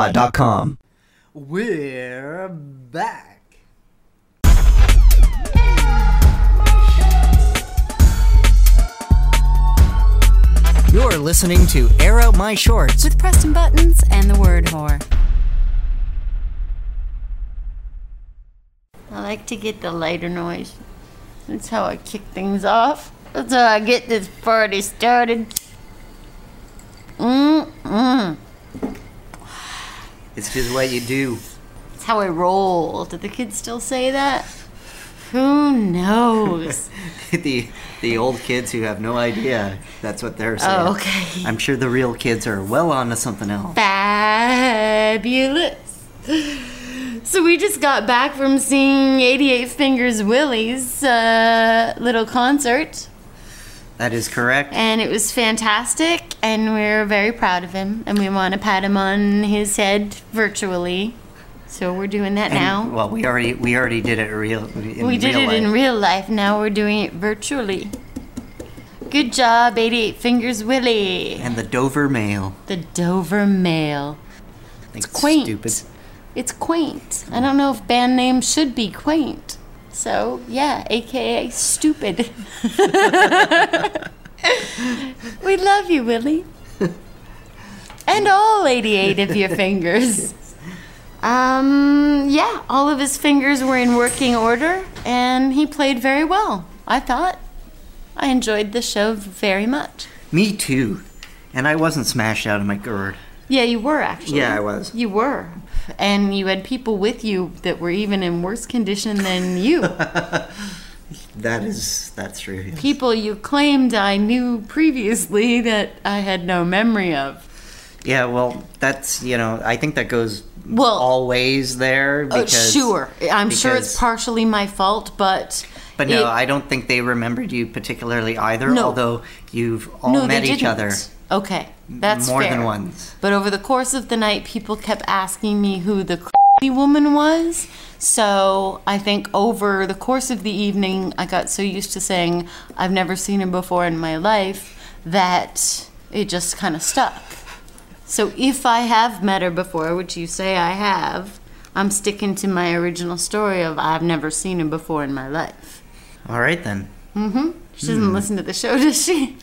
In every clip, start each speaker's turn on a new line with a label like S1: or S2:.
S1: theitspot.com.
S2: We're back.
S1: You're listening to Air Out My Shorts.
S3: with Preston Buttons and the word whore.
S4: I like to get the lighter noise. That's how I kick things off. That's how I get this party started. Mm-mm.
S2: It's just what you do.
S4: That's how I roll. Did the kids still say that? Who knows?
S2: the the old kids who have no idea that's what they're saying.
S4: Oh, okay.
S2: I'm sure the real kids are well on to something else.
S4: Fabulous. So we just got back from seeing 88 Fingers Willie's uh, little concert.
S2: That is correct.
S4: and it was fantastic and we're very proud of him and we want to pat him on his head virtually so we're doing that
S2: And-
S4: now
S2: Well, we already we already did it real. In
S4: we did
S2: real
S4: it in
S2: life.
S4: real life now we're doing it virtually good job 88 fingers willie
S2: and the Dover Mail.
S4: the dover mail
S2: It's
S4: quaint.
S2: Stupid.
S4: it's quaint i don't know if band names should be quaint so yeah aka stupid we love you willie and all 88 of your fingers. Um, yeah, all of his fingers were in working order, and he played very well. I thought I enjoyed the show very much.
S2: Me too. And I wasn't smashed out of my gourd.
S4: Yeah, you were actually.
S2: Yeah, I was.
S4: You were, and you had people with you that were even in worse condition than you.
S2: That is that's true.
S4: people you claimed I knew previously that I had no memory of.
S2: Yeah, well, that's you know, I think that goes
S4: Well-
S2: always there
S4: Oh,
S2: because
S4: sure, I'm sure it's
S2: because-
S4: partially my fault, but
S2: But no,
S4: it-
S2: I don't think they remembered you particularly either.
S4: No.
S2: Although you've all
S4: no,
S2: met
S4: they
S2: each
S4: didn't.
S2: other
S4: Okay, that's
S2: more than
S4: fair.
S2: once.
S4: But over the course of the night, people kept asking me who the crazy woman was. So I think over the course of the evening, I got so used to saying I've never seen her before in my life that it just kind of stuck. So if I have met her before, which you say I have, I'm sticking to my original story of I've never seen her before in my life.
S2: All right then.
S4: hmm She doesn't listen to the show, does she?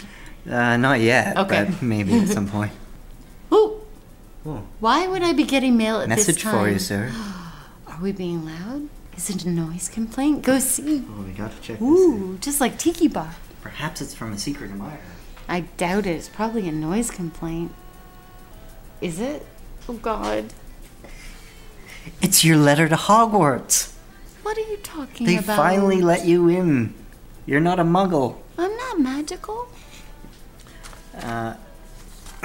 S2: Uh, not yet.
S4: Okay.
S2: But maybe at some point.
S4: Ooh.
S2: Oh.
S4: Why would I be getting mail at this
S2: Message
S4: time?
S2: for you, sir.
S4: Are we being loud? Is it a noise complaint? Go see.
S2: Oh, we gotta check this.
S4: Ooh, just like Tiki Bar.
S2: Out. Perhaps it's from a secret admirer.
S4: I doubt it. It's probably a noise complaint. Is it? Oh God.
S2: It's your letter to Hogwarts.
S4: What are you talking
S2: They
S4: about?
S2: finally let you in. You're not a muggle.
S4: I'm not magical.
S2: Uh,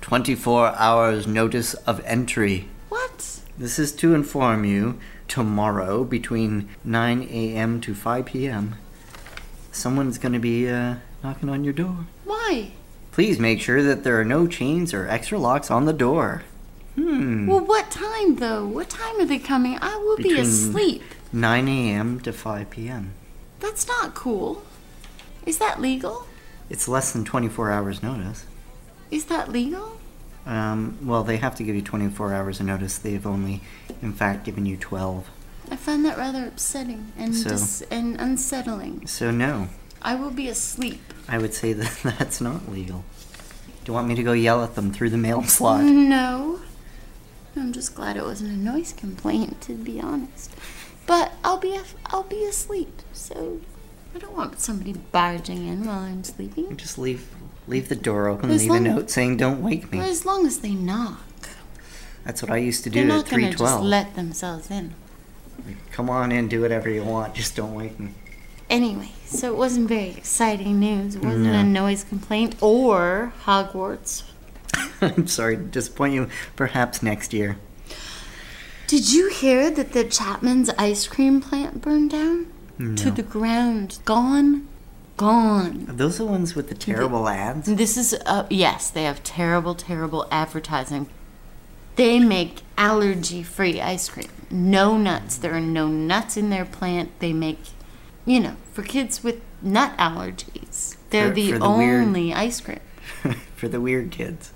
S2: 24 hours notice of entry.
S4: What?
S2: This is to inform you tomorrow between 9 a.m. to 5 p.m. Someone's going to be uh, knocking on your door.
S4: Why?
S2: Please make sure that there are no chains or extra locks on the door. Hmm.
S4: Well, what time though? What time are they coming? I will be
S2: Between-
S4: asleep.
S2: 9 a.m. to 5 p.m.
S4: That's not cool. Is that legal?
S2: It's less than 24 hours notice.
S4: Is that legal?
S2: Um, well, they have to give you 24 hours of notice. They've only, in fact, given you 12.
S4: I find that rather upsetting and
S2: So-
S4: dis- and unsettling.
S2: So, no,
S4: I will be asleep.
S2: I would say that that's not legal. Do you want me to go yell at them through the mail slot?
S4: Mm. No. I'm just glad it wasn't a noise complaint, to be honest. But I'll be af- I'll be asleep, so I don't want somebody barging in while I'm sleeping.
S2: Just leave leave the door open,
S4: As
S2: leave
S4: long-
S2: a note saying don't wake
S4: Well,
S2: me.
S4: as long as they knock,
S2: That's what I used to
S4: they're
S2: do at
S4: not going to just
S2: 312.
S4: let themselves in.
S2: Come on in, do whatever you want, just don't wake me.
S4: Anyway, so it wasn't very exciting news. It wasn't a noise complaint or Hogwarts.
S2: I'm sorry to disappoint you. Perhaps next year.
S4: Did you hear that the Chapman's ice cream plant burned down to the ground? Gone, gone.
S2: Are those the ones with the
S4: Mm-hmm.
S2: terrible ads?
S4: This is uh, yes, they have terrible, terrible advertising. They make allergy-free ice cream. No nuts. There are no nuts in their plant. They make, you know, for kids with nut allergies. They're
S2: For-
S4: the,
S2: for the weird-
S4: only ice cream.
S2: For the weird kids.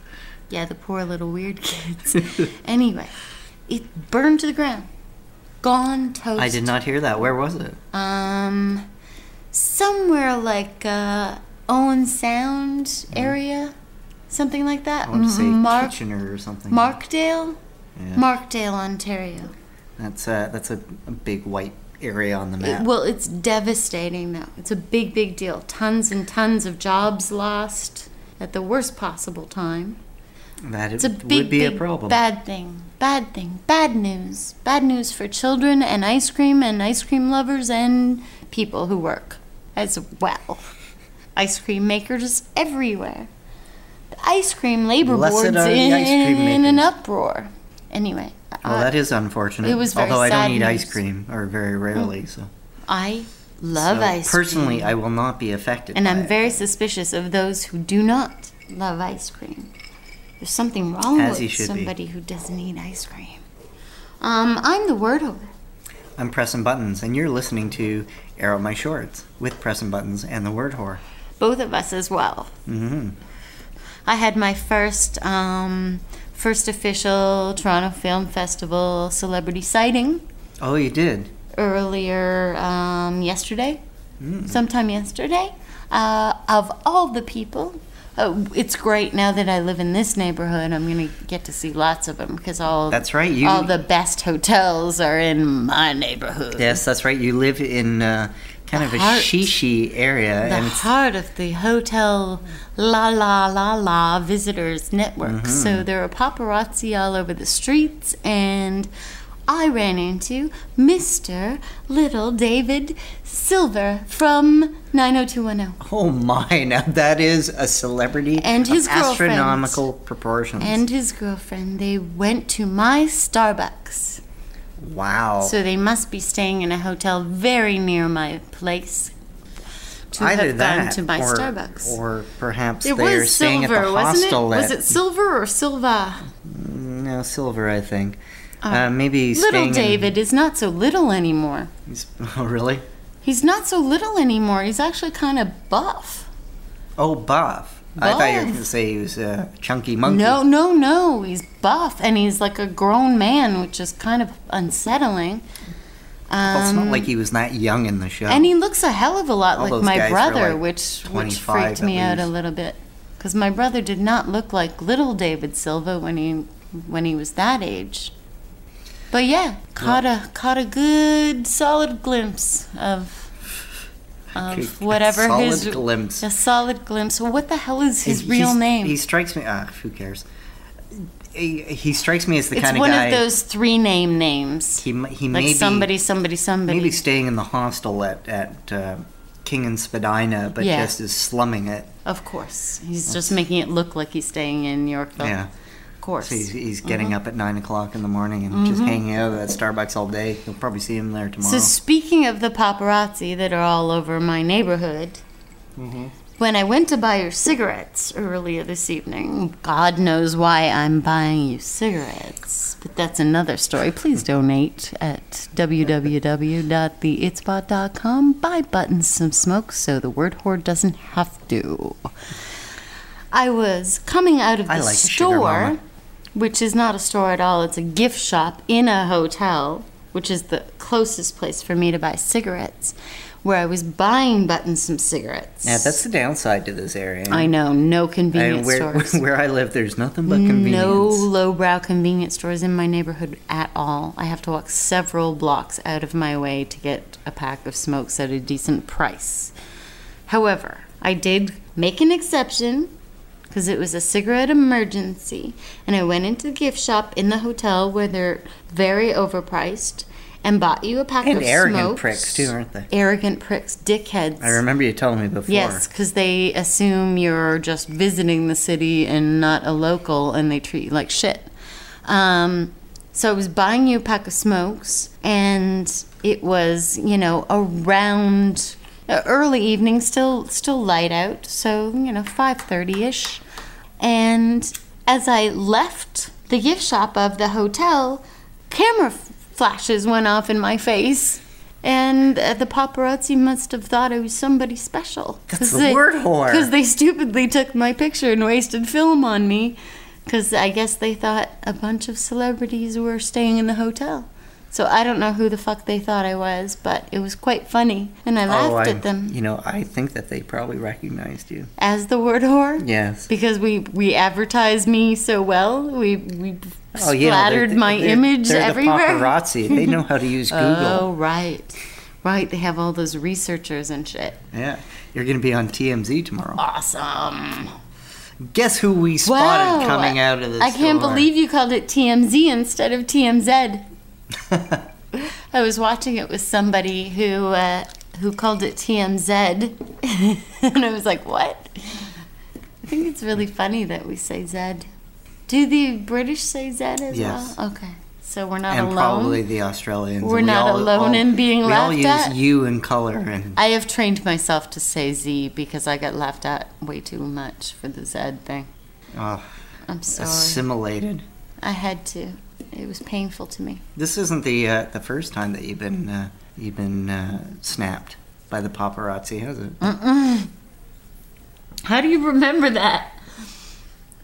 S4: Yeah, the poor little weird kids. anyway, it burned to the ground. Gone toast.
S2: I did not hear that. Where was it?
S4: Um, somewhere like uh, Owen Sound area, something like that.
S2: Mm-hmm. I want to say
S4: Mark-
S2: Kitchener or something.
S4: Markdale,
S2: Yeah.
S4: Markdale, Ontario.
S2: That's a that's a, a big white area on the
S4: It-
S2: map.
S4: well, it's devastating now. It's a big, big deal. Tons and tons of jobs lost at the worst possible time.
S2: that
S4: It's a
S2: it
S4: big,
S2: would be
S4: big,
S2: a problem.
S4: bad thing. Bad thing. Bad news. Bad news for children and ice cream and ice cream lovers and people who work as well. Ice cream makers everywhere. The ice cream labor
S2: Blessed
S4: boards
S2: are the
S4: in,
S2: ice cream
S4: in an
S2: makers.
S4: uproar. Anyway,
S2: well,
S4: I,
S2: that is unfortunate.
S4: uh, it was very
S2: Although I
S4: sad
S2: don't eat ice
S4: news.
S2: cream or very rarely, so
S4: I love
S2: so
S4: ice
S2: Personally,
S4: cream.
S2: I will not be affected.
S4: And
S2: by
S4: I'm
S2: it.
S4: very suspicious of those who do not love ice cream. There's something wrong
S2: As you
S4: with
S2: should be.
S4: somebody who doesn't eat ice cream. Um, I'm the word holder.
S2: I'm pressing buttons, and you're listening to "Air Out My Shorts" with pressing buttons and the word whore.
S4: Both of us as well.
S2: hmm
S4: I had my first um, first official Toronto Film Festival celebrity sighting
S2: Oh, you did.
S4: earlier um, yesterday, sometime yesterday. Uh, of all the people, uh, it's great now that I live in this neighborhood. I'm gonna get to see lots of them because all
S2: That's right, you-
S4: all the best hotels are in my neighborhood.
S2: Yes, that's right. You live in uh, kind of a
S4: heart.
S2: shishi area,
S4: the
S2: and it's
S4: heart of the hotel la la la la visitors network
S2: Mm-hmm.
S4: so there are paparazzi all over the streets and i ran into mr little david silver from 90210
S2: Oh my, now that is a celebrity
S4: And his
S2: of
S4: girlfriend.
S2: astronomical proportions.
S4: and his girlfriend they went to my starbucks
S2: wow.
S4: so they must be staying in a hotel very near my place to
S2: Either
S4: have
S2: that
S4: gone to my
S2: or,
S4: starbucks
S2: or perhaps
S4: It
S2: they're
S4: was
S2: staying
S4: silver,
S2: at the
S4: wasn't it?
S2: hostel
S4: Was
S2: that-
S4: it silver or Silva?
S2: no, silver, I think. uh, maybe
S4: Little
S2: staying
S4: David is not so little anymore.
S2: In, he's- oh, really?
S4: He's not so little anymore. He's actually kind of buff.
S2: Oh, buff. I thought you were
S4: Buff.
S2: going to say he was a chunky monkey.
S4: No, no, no. He's buff and he's like a grown man, which is kind of unsettling.
S2: Well, it's not
S4: Um,
S2: like he was that young in the show.
S4: and he looks a hell of a lot
S2: All
S4: like
S2: those
S4: my
S2: guys were
S4: brother,
S2: like
S4: which
S2: 25
S4: which freaked
S2: at
S4: me out a
S2: least.
S4: little bit because my brother did not look like little David Silva when he when he was that age. But yeah, caught a caught a good solid glimpse of
S2: Okay,
S4: of
S2: a
S4: whatever
S2: solid
S4: his
S2: glimpse.
S4: a solid glimpse. What the hell is his
S2: He's-
S4: real
S2: he's-
S4: name?
S2: He strikes me. Ah, who cares? He, he strikes me as the
S4: it's
S2: kind
S4: one
S2: guy.
S4: of those three name names,
S2: he, m- he
S4: like
S2: may be
S4: somebody, somebody, somebody.
S2: Maybe staying in the hostel at at uh, King and Spadina, but
S4: Yeah.
S2: just is slumming it.
S4: Of course, he's just making it look like he's staying in Yorkville.
S2: Yeah.
S4: of course.
S2: So he's, he's getting
S4: Mm-hmm.
S2: up at nine o'clock in the morning and just hanging out at Starbucks all day. You'll probably see him there tomorrow.
S4: So speaking of the paparazzi that are all over my neighborhood, when I went to buy your cigarettes earlier this evening, God knows why I'm buying you cigarettes, but that's another story. Please donate at www.theitspot.com. Buy buttons some smoke so the word whore doesn't have to. I was coming out of the
S2: I like Sugar
S4: store,
S2: Mama.
S4: which is not a store at all. It's a gift shop in a hotel, which is the closest place for me to buy cigarettes, where I was buying buttons some cigarettes.
S2: yeah, that's the downside to this area.
S4: I know, no convenience
S2: And where,
S4: stores.
S2: where I live, there's nothing but convenience.
S4: No lowbrow convenience stores in my neighborhood at all. I have to walk several blocks out of my way to get a pack of smokes at a decent price. However, I did make an exception because it was a cigarette emergency, and I went into the gift shop in the hotel where they're very overpriced and bought you a pack
S2: And
S4: of
S2: arrogant
S4: smokes.
S2: pricks, too, aren't they?
S4: Arrogant pricks, dickheads.
S2: I remember you telling me before.
S4: Yes, because they assume you're just visiting the city and not a local, and they treat you like shit. Um, so I was buying you a pack of smokes, and it was you know around uh, early evening, still still light out, so you know five thirty ish. And as I left the gift shop of the hotel, camera f- flashes went off in my face. And uh, the paparazzi must have thought I was somebody special.
S2: That's the word whore.
S4: Because they stupidly took my picture and wasted film on me because I guess they thought a bunch of celebrities were staying in the hotel. So I don't know who the fuck they thought I was, but it was quite funny, and I laughed
S2: Oh, I,
S4: at them
S2: You know, I think that they probably recognized you.
S4: as the word whore.
S2: Yes.
S4: Because we we advertise me so well, we we
S2: Oh,
S4: splattered
S2: yeah, they're- they're-
S4: my
S2: they're-
S4: image
S2: they're
S4: everywhere.
S2: The paparazzi. They know how to use Google.
S4: Oh right, right. They have all those researchers and shit.
S2: Yeah. You're going to be on TMZ tomorrow.
S4: Awesome.
S2: Guess who we spotted coming out of the
S4: I can't
S2: store?
S4: believe you called it TMZ instead of TMZ. I was watching it with somebody who uh, who called it TMZ, and I was like, "What?" I think it's really funny that we say Zed. Do the British say Zed as
S2: Yes.
S4: well? Okay, so we're not
S2: and
S4: alone.
S2: probably the Australians.
S4: We're
S2: And we
S4: not
S2: all-
S4: alone
S2: all-
S4: in
S2: we
S4: being
S2: all
S4: laughed
S2: use
S4: at.
S2: you in color and
S4: I have trained myself to say Z because I got laughed at way too much for the Zed thing.
S2: uh,
S4: I'm sorry.
S2: assimilated.
S4: I had to. It was painful to me.
S2: This isn't the uh, the first time that you've been uh, you've been uh, snapped by the paparazzi, has it?
S4: How do you remember that?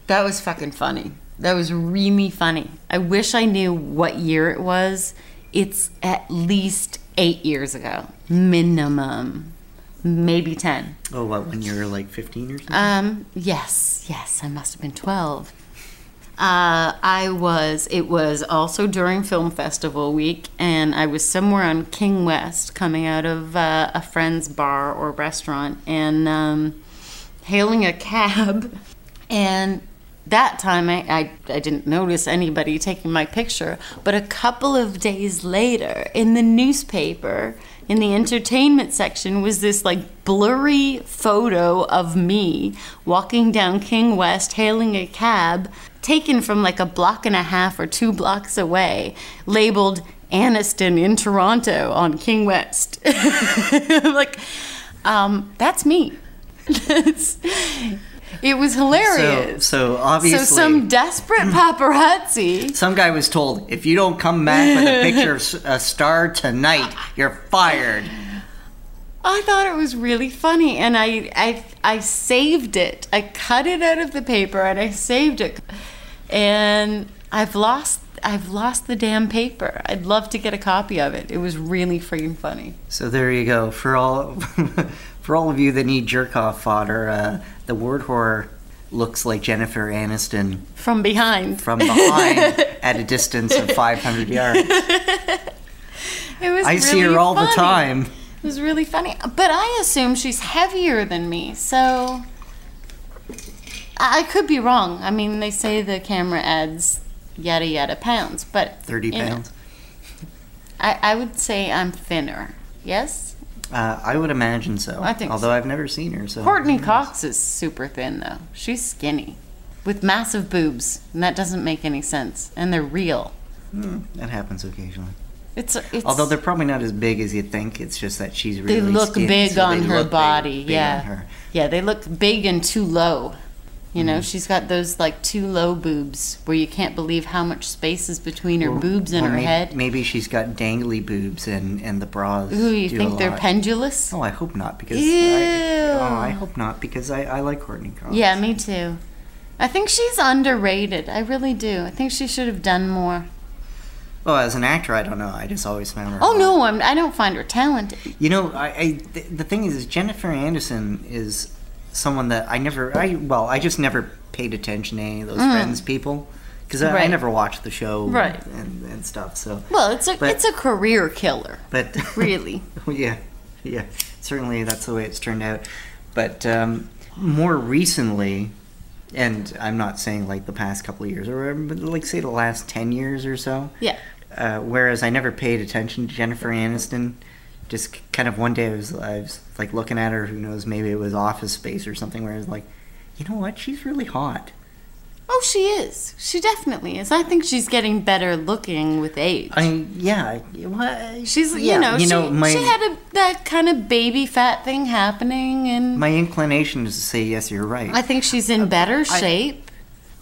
S4: That was fucking funny. That was really funny. I wish I knew what year it was. It's at least eight years ago, minimum, maybe 10.
S2: Oh, what when you were like 15 or something?
S4: Um, yes, yes, I must have been 12. Uh, I was, it was also during Film Festival week, and I was somewhere on King West coming out of uh, a friend's bar or restaurant and um, hailing a cab. And that time I, I, I didn't notice anybody taking my picture, but a couple of days later in the newspaper, in the entertainment section, was this like blurry photo of me walking down King West hailing a cab taken from like a block and a half or two blocks away, labeled Anniston in Toronto on King West. I'm like, um, that's me. That's- it was
S2: so,
S4: hilarious.
S2: so obviously
S4: So some desperate paparazzi.
S2: Some guy was told, if you don't come back with a picture of s- a star tonight, you're fired.
S4: I thought it was really funny, and I, I, I saved it. I cut it out of the paper, and I saved it. And I've lost, I've lost the damn paper. I'd love to get a copy of it. It was really freaking funny.
S2: So there you go. For all for all of you that need jerk off fodder, uh, the word horror looks like Jennifer Aniston
S4: From behind,
S2: from behind at a distance of 500 yards.
S4: it was.
S2: I see
S4: really
S2: her all the
S4: funny.
S2: time.
S4: It was really funny. But I assume she's heavier than me, so I I could be wrong. I mean, they say the camera adds yada yada pounds, but
S2: 30
S4: you know,
S2: pounds.
S4: I, I would say I'm thinner. Yes,
S2: Uh, I would imagine so.
S4: I think
S2: Although
S4: so.
S2: I've never seen her. So
S4: Courtney Cox is super thin though. She's skinny, with massive boobs, and that doesn't make any sense. And they're real.
S2: Hmm, that happens occasionally.
S4: It's, it's
S2: Although they're probably not as big as you'd think. It's just that she's really
S4: they look
S2: skinny,
S4: big
S2: so they
S4: on her
S2: look big-
S4: body.
S2: big on
S4: yeah,
S2: her.
S4: yeah, they look big and too low. You
S2: Mm.
S4: know, she's got those like too low boobs where you can't believe how much space is between her
S2: Or-
S4: boobs and
S2: or
S4: her
S2: may-
S4: head.
S2: Maybe she's got dangly boobs and, and the bras.
S4: Ooh, you
S2: do a
S4: think they're
S2: lot.
S4: pendulous?
S2: Oh, I hope not because
S4: Ew.
S2: I, oh, I hope not because I, I like Courtney Cox.
S4: Yeah, me too. I think she's underrated. I really do. I think she should have done more.
S2: Well, Oh, as an actor, I don't know. I just always found her.
S4: Oh
S2: hot.
S4: no, I'm, I don't find her talented.
S2: You know, I, I th- the thing is, is Jennifer Anderson is someone that I never. I well, I just never paid attention to any of those Friends people because I, I
S4: Mm. Right.
S2: never watched the show
S4: Right.
S2: and, and stuff. So,
S4: Well, it's a
S2: But-
S4: it's a career killer.
S2: but
S4: Really.
S2: yeah, yeah. Certainly, that's the way it's turned out. But um, more recently, and I'm not saying like the past couple of years or whatever, but like say the last ten years or so.
S4: Yeah.
S2: Uh, whereas I never paid attention to Jennifer Aniston. Just kind of one day I was, I was like looking at her. Who knows? Maybe it was Office Space or something. Where I was like, you know what? She's really hot.
S4: Oh, she is. She definitely is. I think she's getting better looking with age.
S2: I yeah. Well,
S4: She's,
S2: yeah,
S4: you know,
S2: you
S4: she,
S2: know, my
S4: she had a, that kind of baby fat thing happening, and
S2: my inclination is to say yes. You're right.
S4: I think she's in better
S2: I-
S4: shape.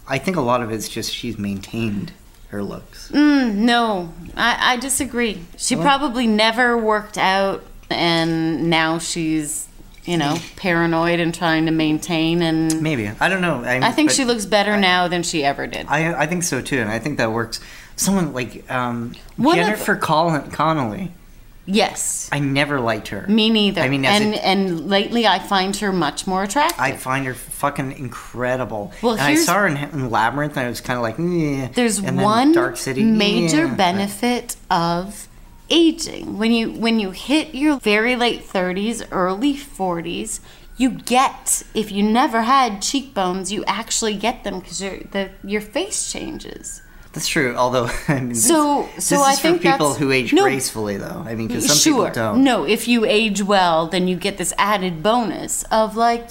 S2: I think a lot of it's just she's maintained her looks.
S4: Mm, no, I, I disagree. She probably never worked out, and now she's you know, paranoid and trying to maintain. And
S2: Maybe I don't know. I,
S4: I think
S2: but
S4: she looks better now than she ever did.
S2: I I think so too, and I think that works. Someone like um,
S4: One of-
S2: Jennifer Colin, Connolly.
S4: yes.
S2: I never liked her.
S4: Me neither.
S2: I mean, as
S4: and
S2: a-
S4: and lately I find her much more attractive.
S2: I find her fucking incredible.
S4: Well,
S2: and I
S4: here's-
S2: saw her in, in Labyrinth, and I was kind of like, "Meh."
S4: There's
S2: And then
S4: one
S2: Dark City
S4: major
S2: "Meh."
S4: benefit of aging. When you when you hit your very late 30s, early 40s, you get if you never had cheekbones, you actually get them because your the your face changes.
S2: That's true. Although, I mean, this-
S4: So-
S2: this,
S4: so
S2: is
S4: I
S2: for
S4: think
S2: people
S4: that's-
S2: who age
S4: no.
S2: gracefully, though. I mean, because some
S4: sure.
S2: people don't.
S4: No, if you age well, then you get this added bonus of like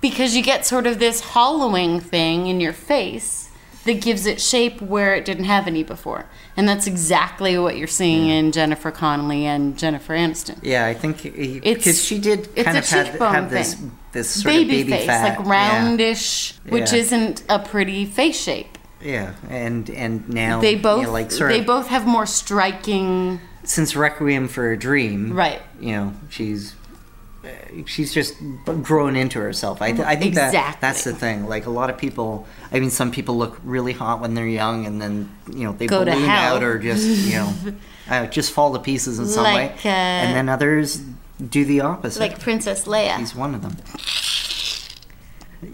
S4: because you get sort of this hollowing thing in your face that gives it shape where it didn't have any before. And that's exactly what you're seeing in Jennifer Connelly and Jennifer Aniston.
S2: Yeah, I think because
S4: It's-
S2: she did
S4: it's
S2: kind
S4: a
S2: of have,
S4: cheekbone
S2: have this
S4: thing.
S2: this sort
S4: Baby,
S2: of baby
S4: face,
S2: fat,
S4: like
S2: yeah.
S4: roundish, which
S2: Yeah.
S4: isn't a pretty face shape.
S2: Yeah, and and now
S4: They
S2: you know,
S4: both
S2: like sort
S4: they
S2: of,
S4: both have more striking
S2: since Requiem for a Dream,
S4: Right.
S2: You know, she's uh, she's just grown into herself. I, th- I think that that's
S4: Exactly.
S2: the thing. Like a lot of people, I mean, some people look really hot when they're young, and then you know they
S4: Go to
S2: balloon
S4: hell.
S2: out or just you know uh, just fall to pieces in some way,
S4: Like, uh,
S2: and then others do the opposite.
S4: like Princess Leia.
S2: He's one of them.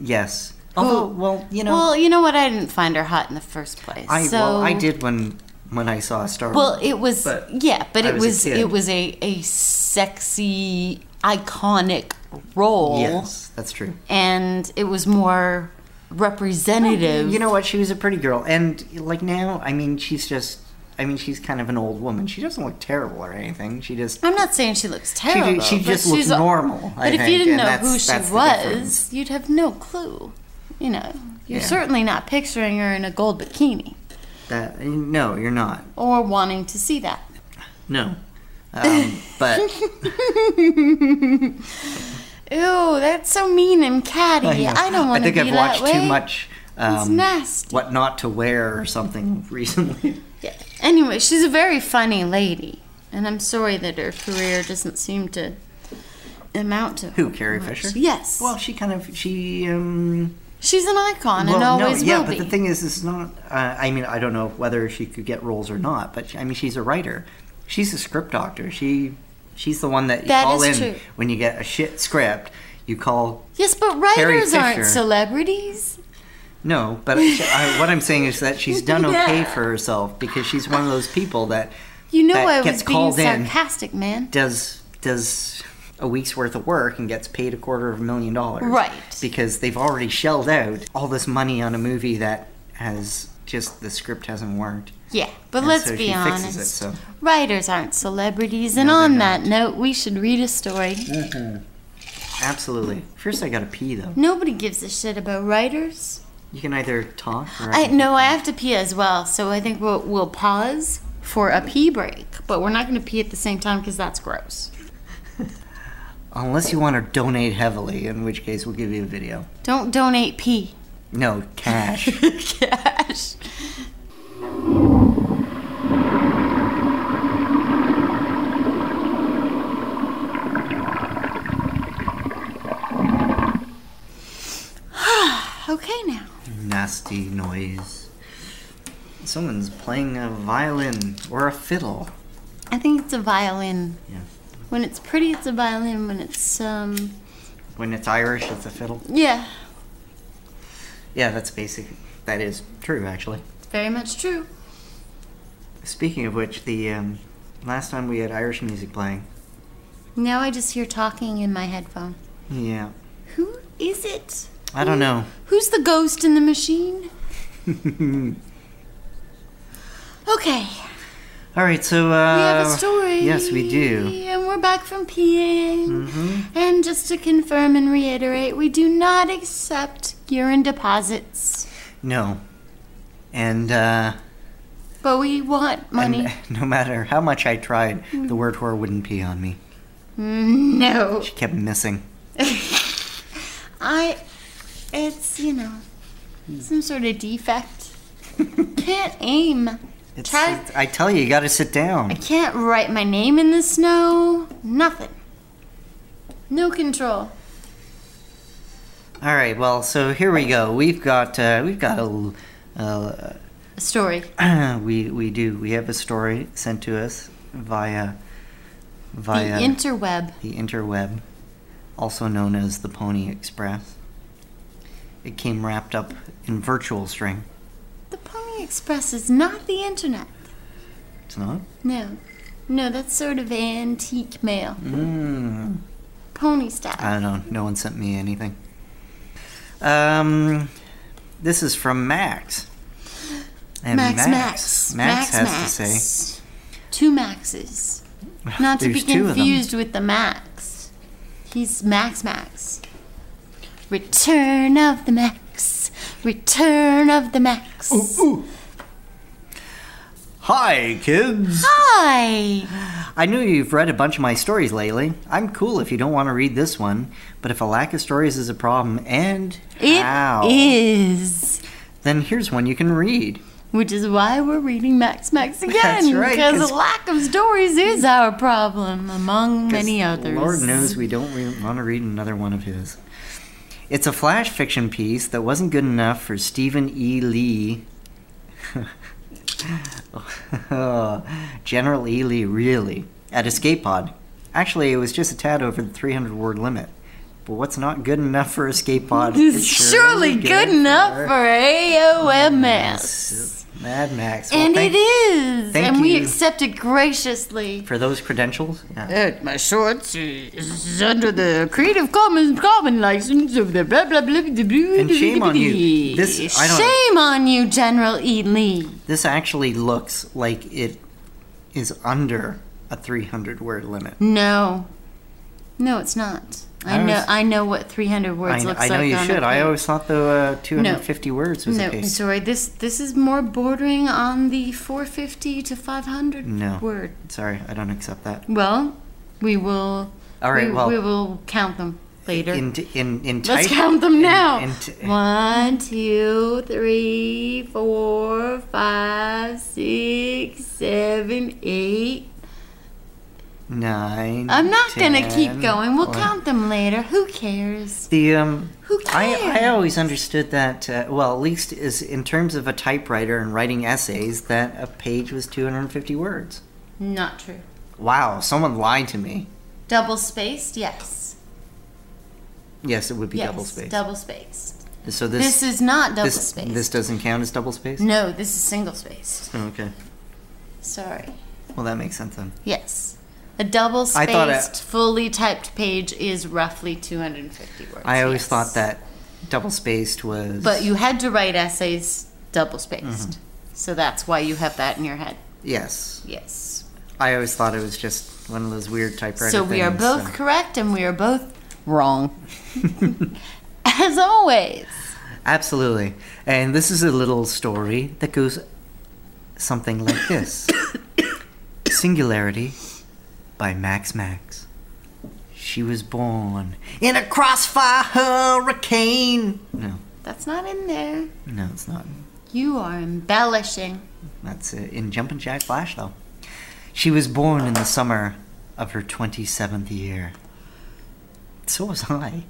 S2: Yes. Although, well, you know,
S4: Oh, well, you know what? I didn't find her hot in the first place.
S2: I
S4: so
S2: well, I did when when I saw Star Wars.
S4: Well, it was
S2: But
S4: yeah, but
S2: I
S4: it
S2: was a
S4: was,
S2: kid.
S4: it was a a sexy iconic role
S2: yes, that's true.
S4: and it was more representative.
S2: You know what? She was a pretty girl, and like now, I mean, she's just. I mean, she's kind of an old woman. She doesn't look terrible or anything. She just.
S4: I'm not saying she looks
S2: ju-
S4: terrible.
S2: she
S4: but
S2: just looks
S4: she's a-
S2: normal, I
S4: But if you
S2: think,
S4: didn't
S2: and
S4: know
S2: that's-
S4: who she
S2: that's the difference.
S4: was, you'd have no clue. You know, you're
S2: Yeah.
S4: certainly not picturing her in a gold bikini
S2: That, eh, no, you're not.
S4: or wanting to see that.
S2: No. Um, but
S4: Ew, that's so mean and catty. I, don't want to
S2: think
S4: be
S2: I've
S4: that
S2: watched
S4: way.
S2: too much. Um,
S4: It's nasty.
S2: What not to wear or something recently.
S4: Yeah. Anyway, she's a very funny lady, and I'm sorry that her career doesn't seem to amount to
S2: Who, Carrie
S4: much.
S2: Fisher?
S4: Yes.
S2: Well, she kind of she um,
S4: she's an icon and
S2: Well,
S4: always
S2: yeah,
S4: will
S2: but
S4: be.
S2: the thing is, it's not. Uh, I mean, I don't know whether she could get roles or not, but she, I mean, she's a writer. She's a script doctor. She, she's the one that you
S4: That
S2: call in
S4: is true.
S2: when you get a shit script. You call
S4: yes, but
S2: Carrie
S4: writers aren't
S2: Fisher.
S4: celebrities.
S2: no, but I, what I'm saying is that she's done okay
S4: Yeah.
S2: for herself because she's one of those people that
S4: You know
S2: That
S4: I
S2: gets
S4: was being
S2: called in.
S4: sarcastic, man.
S2: does does a week's worth of work and gets paid a quarter of a million dollars.
S4: Right.
S2: Because they've already shelled out all this money on a movie that has just the script hasn't worked.
S4: Yeah, but
S2: And
S4: let's
S2: so
S4: be
S2: she
S4: honest.
S2: fixes it, so.
S4: Writers aren't celebrities, and
S2: No, they're
S4: on that note, we should read a story.
S2: Mm-hmm. Absolutely. First, I gotta pee though.
S4: Nobody gives a shit about writers.
S2: You can either talk or
S4: I
S2: can-
S4: no, I have to pee as well, so I think we'll, we'll pause for a pee break. But we're not going to pee at the same time because that's gross.
S2: unless you want to donate heavily, in which case we'll give you a video.
S4: Don't donate pee.
S2: No cash.
S4: Cash. okay now.
S2: Nasty noise. Someone's playing a violin or a fiddle.
S4: I think it's a violin.
S2: Yeah.
S4: When it's pretty, it's a violin. When it's um,
S2: When it's Irish, it's a fiddle.
S4: yeah,
S2: Yeah, that's basic. That is true, actually.
S4: it's very much true.
S2: Speaking of which, the um, last time we had Irish music playing.
S4: Now I just hear talking in my headphone.
S2: Yeah.
S4: Who is it?
S2: I don't know.
S4: Who's the ghost in the machine? Okay,
S2: All right, so uh,
S4: we have a story.
S2: Yes, we do. Mm-hmm.
S4: And we're back from peeing. And just to confirm and reiterate, we do not accept urine deposits,
S2: No. And uh,
S4: but we want money.
S2: And no matter how much I tried,
S4: Hmm.
S2: the word whore wouldn't pee on me.
S4: no,
S2: She kept missing.
S4: I. It's you know,
S2: Hmm.
S4: some sort of defect. Can't aim.
S2: It's,
S4: Try-
S2: it's- I tell you, you gotta sit
S4: I
S2: down.
S4: can't write my name in the snow. Nothing. No control.
S2: All right. Well, so here we go. We've got uh, we've got a l-
S4: Story.
S2: uh, we we do we have a story sent to us via via
S4: The interweb.
S2: the interweb, also known as the Pony Express. It came wrapped up in virtual string.
S4: The Pony Express is not the internet.
S2: It's not.
S4: No. No, that's sort of antique mail.
S2: Mm.
S4: Pony style.
S2: I don't know. No one sent me anything. Um, this is from Max. And
S4: Max,
S2: Max,
S4: Max.
S2: Max has to
S4: Max.
S2: say.
S4: Two Maxes. Not to be
S2: There's two of them.
S4: confused with the Max. He's Max Max. Return of the Max. Return of the Max.
S2: Hi, kids.
S4: Hi.
S2: I know you've read a bunch of my stories lately. I'm cool if you don't want to read this one, but if a lack of stories is a problem, and
S4: It is,
S2: how, then here's one you can read.
S4: Which is why we're reading Max Max again.
S2: That's right,
S4: Because
S2: 'cause-
S4: a lack of stories is our problem, among
S2: 'Cause
S4: many others.
S2: Lord knows we don't re- want to read another one of his. It's a flash fiction piece that wasn't good enough for Stephen E. Lee. Oh, General E. Lee, really, at Escape Pod. Actually, it was just a tad over the 300 word limit. But what's not good enough for Escape Pod
S4: It's surely good enough for AOMS.
S2: Mad Max. Well,
S4: And
S2: thank
S4: it is.
S2: thank
S4: and we
S2: you.
S4: accept it graciously.
S2: For those credentials, yeah.
S4: my shorts is under the Creative Commons Common License of the blah blah blah blah blah.
S2: And shame on you. This- I don't-
S4: shame on you, General E. Lee.
S2: This actually looks like it is under a 300 word limit.
S4: No, no, it's not. I,
S2: I
S4: know.
S2: was-
S4: I know what 300
S2: I,
S4: words
S2: kn-
S4: looks
S2: I know
S4: like.
S2: you
S4: on a
S2: should. I
S4: page.
S2: always thought the uh, 250 words was
S4: No,
S2: okay.
S4: sorry. This this is more bordering on the 450 to 500
S2: No.
S4: word.
S2: Sorry, I don't accept that.
S4: Well, we will.
S2: All right,
S4: we,
S2: well-
S4: we will count them later.
S2: In, in, in
S4: Let's
S2: type-
S4: count them
S2: in-
S4: now.
S2: in t-
S4: One, two, three, four, five, six, seven, eight.
S2: nine.
S4: I'm not going gonna keep
S2: 10,
S4: going. We'll
S2: 11.
S4: count them later. Who cares?
S2: The um,
S4: Who
S2: I, I
S4: cares?
S2: always understood that. Uh, well, at least is in terms of a typewriter and writing essays, that a page was 250 words.
S4: Not true.
S2: Wow, someone lied to me.
S4: Double spaced, yes.
S2: Yes, it would be
S4: yes.
S2: double spaced.
S4: Double spaced.
S2: so this
S4: This, is not double
S2: this,
S4: spaced.
S2: this doesn't count as double spaced.
S4: no, this is single spaced.
S2: Oh, okay.
S4: Sorry.
S2: Well, that makes sense then.
S4: Yes. A double
S2: I thought it-
S4: spaced, fully typed page is roughly 250 words.
S2: I always
S4: yes.
S2: thought that double spaced was.
S4: But you had to write essays double spaced.
S2: Mm-hmm.
S4: So that's why you have that in your head.
S2: Yes,
S4: Yes.
S2: I always thought it was just one of those weird typewriter.
S4: so we are
S2: things,
S4: both
S2: so-
S4: correct and we are both wrong. As always.
S2: Absolutely, and this is a little story that goes something like this: Singularity by Max Max. She was born in a crossfire hurricane. No,
S4: That's not in there.
S2: no, it's not.
S4: You are embellishing.
S2: That's it. in Jumpin' Jack Flash, though. She was born in the summer of her 27th year. So was I.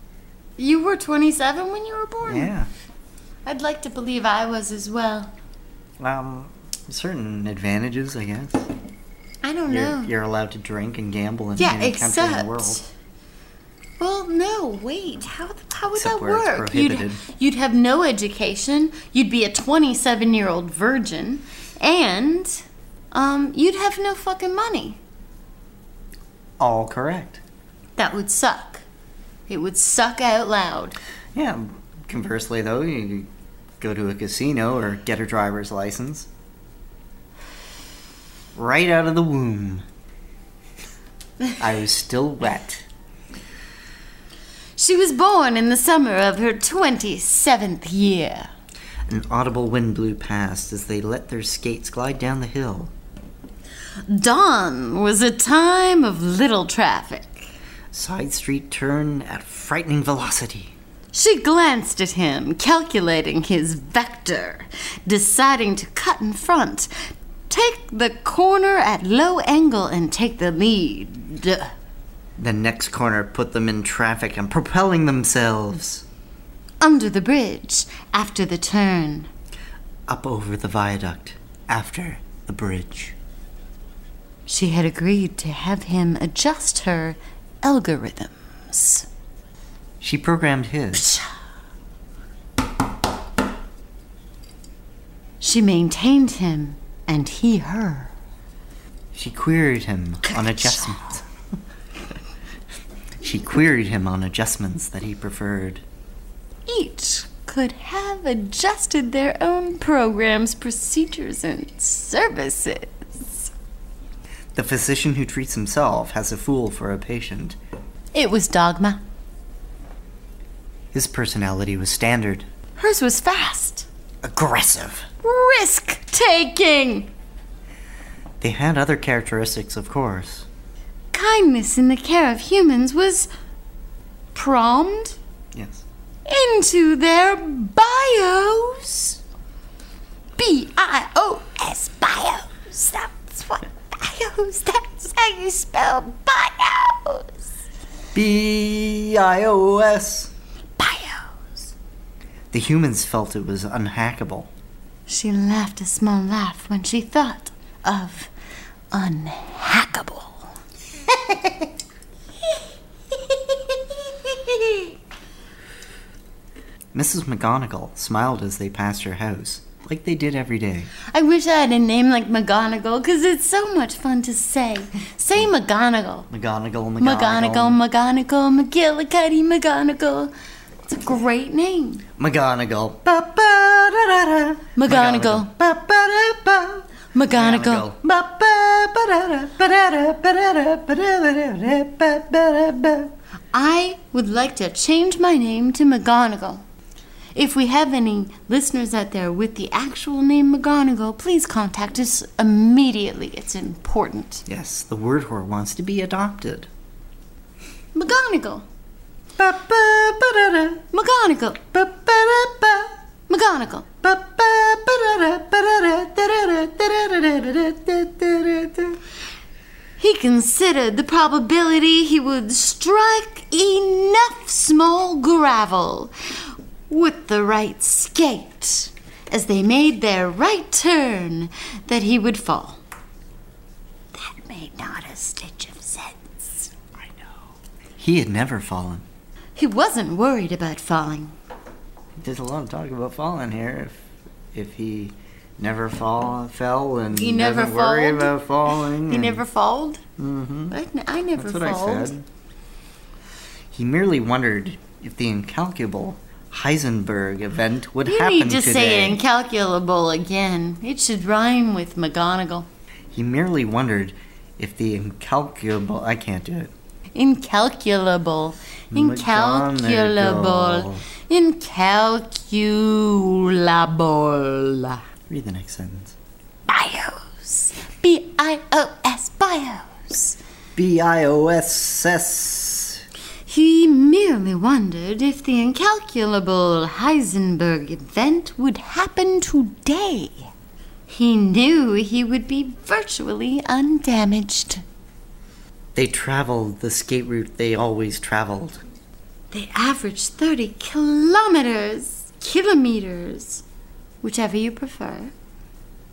S4: You were 27 when you were born.
S2: Yeah.
S4: I'd like to believe I was as well.
S2: Um, certain advantages, I guess.
S4: I don't
S2: You're,
S4: know.
S2: you're allowed to drink and gamble in
S4: Oh, yeah,
S2: any country in
S4: except.
S2: the world.
S4: Well, no, wait. How, th- how would
S2: Except
S4: that
S2: where it's
S4: work?
S2: prohibited.
S4: You'd, you'd have no education. You'd be a 27 year old virgin. And um, you'd have no fucking money.
S2: All correct.
S4: That would suck. It would suck out loud.
S2: Yeah. Conversely, though, you could go to a casino or get a driver's license. Right out of the womb. I was still wet.
S4: She was born in the summer of her 27th year.
S2: An audible wind blew past as they let their skates glide down the hill.
S4: Dawn was a time of little traffic.
S2: Side street turn at frightening velocity.
S4: She glanced at him, calculating his vector, deciding to cut in front, take the corner at low angle, and take the lead. uh,
S2: The next corner put them in traffic and propelling themselves
S4: Under the bridge, after the turn.
S2: up over the viaduct after the bridge.
S4: She had agreed to have him adjust her algorithms.
S2: She programmed his.
S4: She maintained him, and he her.
S2: She queried him on adjustments. she queried him on adjustments that he preferred.
S4: Each could have adjusted their own programs, procedures, and services.
S2: The physician who treats himself has a fool for a patient.
S4: It was dogma.
S2: His personality was standard,
S4: Hers was fast,
S2: aggressive.
S4: risk taking,
S2: They had other characteristics, of course.
S4: kindness in the care of humans was prommed
S2: Yes.
S4: into their bios. B I O S bios. That's what bios. That's how you spell bios.
S2: B I O S.
S4: Bios.
S2: The humans felt it was unhackable.
S4: She laughed a small laugh when she thought of unhackable.
S2: Mrs. McGonagall smiled as they passed her house, like they did every day.
S4: I wish I had a name like McGonagall because it's so much fun to say. Say McGonagall.
S2: McGonagall,
S4: McGonagall,
S2: McGonagall.
S4: McGonagall, McGillicuddy, McGonagall. It's a great name.
S2: McGonagall. Ba-ba-da-da-da.
S4: McGonagall.
S2: Ba-ba-da-ba.
S4: McGonagall.
S2: Ba-ba-ba-da-da-ba-da-da-ba-da-da-ba-da-da-ba-ba-da-ba.
S4: I would like to change my name to McGonagall. If we have any listeners out there with the actual name McGonagall, please contact us immediately. It's important.
S2: Yes, the word whore wants to be adopted.
S4: McGonagall.
S2: Ba-ba-ba-da-da.
S4: McGonagall.
S2: Ba-ba-da-ba.
S4: McGonagall. He considered the probability he would strike enough small gravel with the right skate as they made their right turn that he would fall. That made not a stitch of sense. I know.
S2: He had never fallen.
S4: He wasn't worried about falling.
S2: There's a lot of talk about falling here. If if he never fall fell and
S4: He never
S2: doesn't worry
S4: falled.
S2: about falling,
S4: He
S2: and- Hmm?
S4: never falled? Mm-hmm. I, I never
S2: That's what
S4: falled.
S2: I said. He merely wondered if the incalculable Heisenberg event would
S4: You
S2: happen
S4: need to
S2: today.
S4: say incalculable again. It should rhyme with McGonagall.
S2: He merely wondered if the incalculable. I can't do it.
S4: Incalculable. Incalculable.
S2: McGonagall.
S4: Incalculable.
S2: Read the next sentence.
S4: Bios. B I O S. Bios.
S2: B I O S S.
S4: He merely wondered if the incalculable Heisenberg event would happen today. He knew he would be virtually undamaged.
S2: They traveled the skate route they always traveled.
S4: They average 30 kilometers, kilometers, whichever you prefer,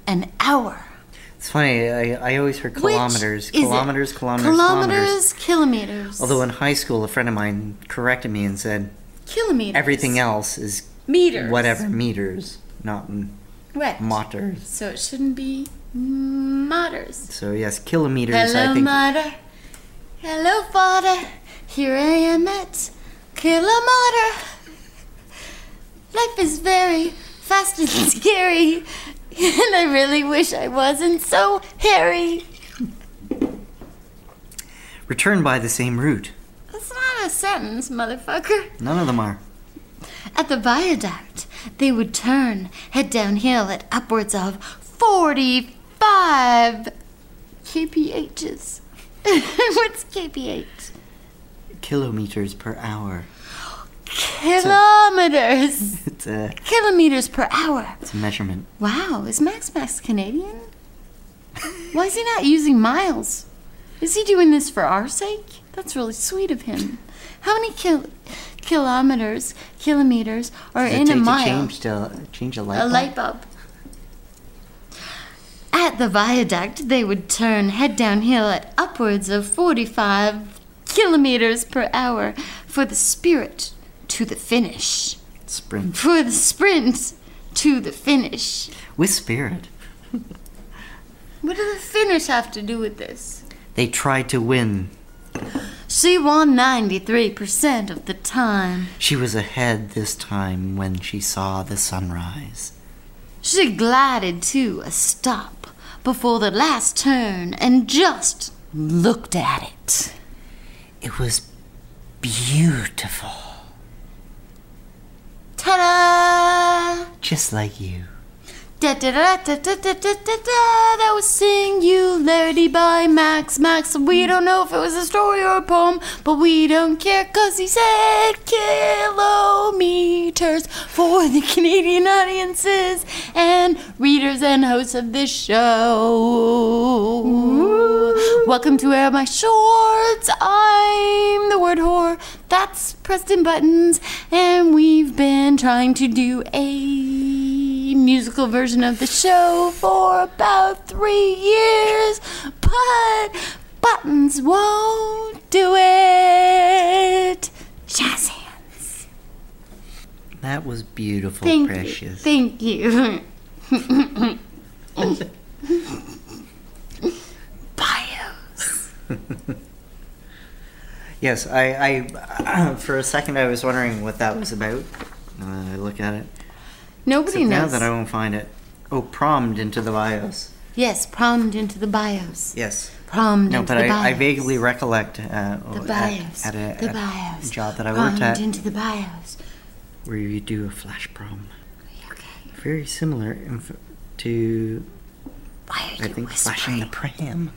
S4: an hour.
S2: It's funny. I, I always heard
S4: Which
S2: kilometers,
S4: is it?
S2: kilometers, kilometers, kilometers.
S4: kilometers, kilometers.
S2: Although in high school, a friend of mine corrected me and said
S4: kilometers.
S2: everything else is
S4: Meters.
S2: whatever meters, not m-
S4: Right.
S2: motors.
S4: so it shouldn't be motters.
S2: So yes, kilometers. I
S4: Hello,
S2: think
S4: mater. Hello, father. Here I am at kilometer. Life is very fast and scary, and I really wish I wasn't so hairy.
S2: return by the same route.
S4: That's not a sentence, motherfucker.
S2: None of them are.
S4: At the viaduct, they would turn, head downhill at upwards of 45 kphs. What's kph?
S2: Kilometers per hour.
S4: Kilometers.
S2: It's a,
S4: Kilometers per hour.
S2: it's a measurement.
S4: Wow, is Max Max Canadian? Why is he not using miles? Is he doing this for our sake? That's really sweet of him. How many kil- kilometers, kilometers, or
S2: Does it
S4: in
S2: take
S4: a mile?
S2: to change to change a light
S4: a
S2: bulb?
S4: light bulb. At the viaduct, they would turn head downhill at upwards of 45 kilometers per hour for the spirit to the finish.
S2: Sprint
S4: For the sprint to the finish.
S2: with spirit.
S4: What does the finish have to do with this?
S2: They try to win.
S4: She won 93% of the time.
S2: She was ahead this time when she saw the sunrise.
S4: She glided to a stop before the last turn and just looked at it.
S2: It was beautiful,
S4: Ta da!
S2: just like you.
S4: Da da da da da da da da da. That was Singularity by Max. Max, we don't know if it was a story or a poem, but we don't care because he said kilometers for the Canadian audiences and readers and hosts of this show. Welcome to Air My Shorts. I'm the word whore. That's Preston Buttons, and we've been trying to do a musical version of the show for about three years, but buttons won't do it. Jazz hands.
S2: Oh, That was beautiful,
S4: Thank you.
S2: precious.
S4: Thank you. Bios.
S2: Yes, I, I for a second I was wondering what that was about. Uh, I look at it.
S4: Nobody
S2: Except now
S4: knows.
S2: that I won't find it. Oh, prommed into the bios.
S4: yes, prommed into the bios.
S2: Yes.
S4: Prommed
S2: No,
S4: into
S2: but
S4: the bios.
S2: I, I vaguely recollect uh,
S4: the
S2: at-
S4: bios.
S2: at, a,
S4: the
S2: at
S4: bios.
S2: a job that I
S4: prommed
S2: worked at
S4: into the bios.
S2: where you do a flash prom.
S4: Okay.
S2: Very similar inf- to,
S4: Why are
S2: I
S4: you
S2: think, flashing
S4: whispering?
S2: the pram.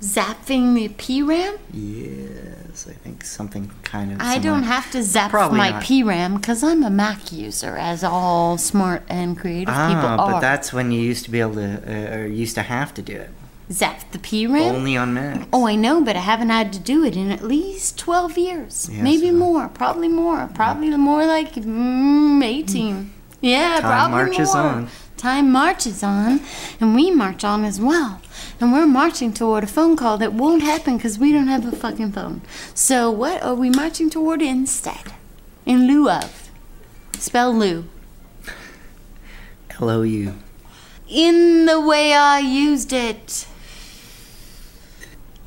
S4: Zapping the P RAM?
S2: Yes, I think something kind of.
S4: I don't
S2: similar.
S4: have to zap
S2: Probably
S4: my
S2: not.
S4: PRAM because I'm a Mac user, as all smart and creative people
S2: Ah,
S4: are.
S2: but that's when you used to be able to, uh, or used to have to do it.
S4: zap the PRAM?
S2: Only on Mac.
S4: Oh, I know, but I haven't had to do it in at least 12 years.
S2: Yes,
S4: Maybe
S2: yeah.
S4: more. Probably more. Probably more like mm, 18. Yeah,
S2: Time
S4: probably
S2: marches
S4: more.
S2: on.
S4: Time marches on, and we march on as well. And we're marching toward a phone call that won't happen because we don't have a fucking phone. So, what are we marching toward instead? In lieu of? Spell lieu.
S2: Hello, you.
S4: In the way I used it.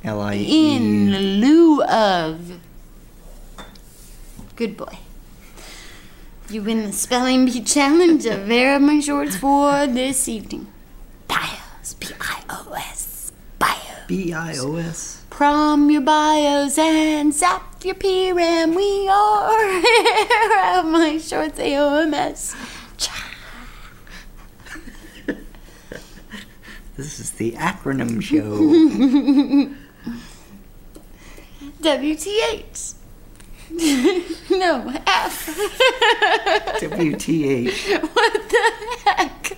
S2: L I E.
S4: in lieu of. Good boy. You win the spelling bee challenge of Vera My Shorts for this evening. Bios, B I O S, bios.
S2: B I O S.
S4: Prom your bios and zap your PRAM. We are Vera My Shorts AOMS. Cha.
S2: This is the acronym show.
S4: WTH. no, F.
S2: W T H.
S4: what the heck?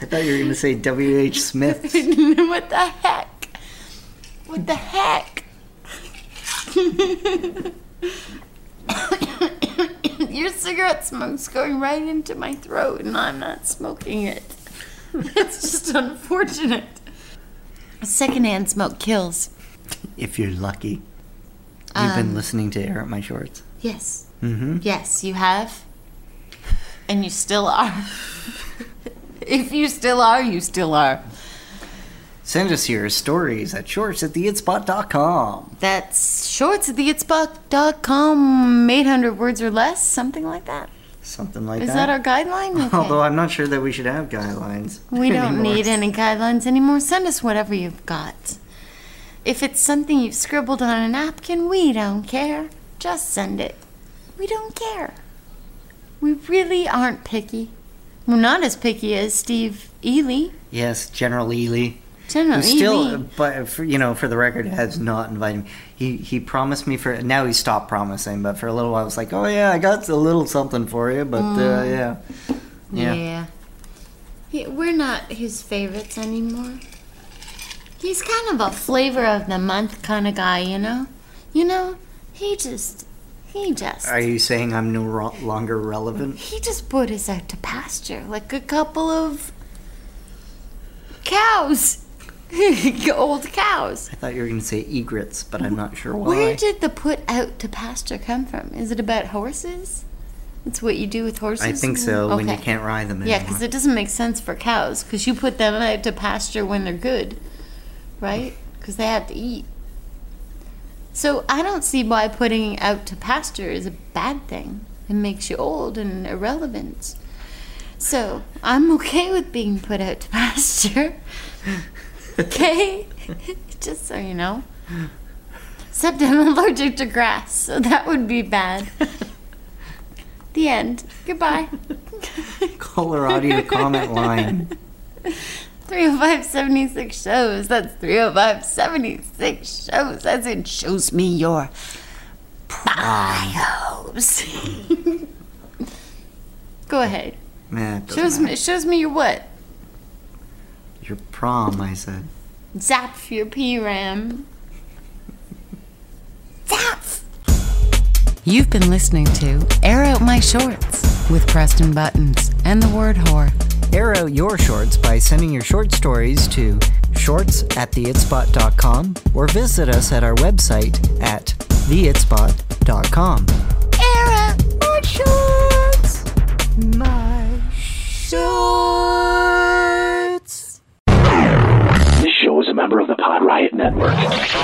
S2: I thought you were going to say W H Smith.
S4: what the heck? What the heck? Your cigarette smoke's going right into my throat, and I'm not smoking it. It's just unfortunate. Secondhand smoke kills.
S2: If you're lucky. You've
S4: Um,
S2: been listening to Air Up My Shorts.
S4: Yes.
S2: Mm-hmm.
S4: Yes, you have. And you still are. if you still are, you still are.
S2: Send us your stories at shorts at theitspot.com.
S4: That's shorts at theitsbuck.com, 800 words or less, something like that.
S2: Something like
S4: Is
S2: that.
S4: that our guideline? Okay.
S2: Although I'm not sure that we should have guidelines.
S4: we don't
S2: anymore.
S4: need any guidelines anymore. Send us whatever you've got. If it's something you've scribbled on a napkin, we don't care. Just send it. We don't care. We really aren't picky. We're not as picky as Steve Ely.
S2: Yes, General Ely.
S4: General
S2: Who still,
S4: Ely.
S2: but for, you know, for the record, has not invited me. He he promised me for now. He stopped promising, but for a little while, I was like, oh yeah, I got a little something for you, but uh, yeah, yeah.
S4: Yeah. He- We're not his favorites anymore. He's kind of a flavor of the month kind of guy, you know? You know, he just, he just,
S2: Are you saying I'm no ro- longer relevant?
S4: he just put us out to pasture like a couple of cows. Old cows.
S2: I thought you were going to say egrets, but I'm not sure why.
S4: Where did the put out to pasture come from? Is it about horses? It's what you do with horses?
S2: I think so. When you
S4: Okay.
S2: can't ride them anymore.
S4: Yeah, because it doesn't make sense for cows, because you put them out to pasture when they're good, right? Because they have to eat. So I don't see why putting out to pasture is a bad thing. It makes you old and irrelevant. So I'm okay with being put out to pasture. Okay? Just so you know. Except I'm allergic to grass, so that would be bad. the end. Goodbye.
S2: Colorado comment line.
S4: 305 76 oh shows. That's 305 76 shows. As in, shows me your bios. Go ahead.
S2: Nah, it doesn't
S4: Shows
S2: matter.
S4: me, shows me your what?
S2: Your prom, I said.
S4: Zap for your PRAM. Zap!
S3: You've been listening to Air Out My Shorts with Preston Buttons and the word whore.
S5: Air out your shorts by sending your short stories to shorts at theitspot.com or visit us at our website at theitspot.com.
S4: Air out my shorts!
S5: My shorts.
S6: This show is a member of the Pod Riot Network.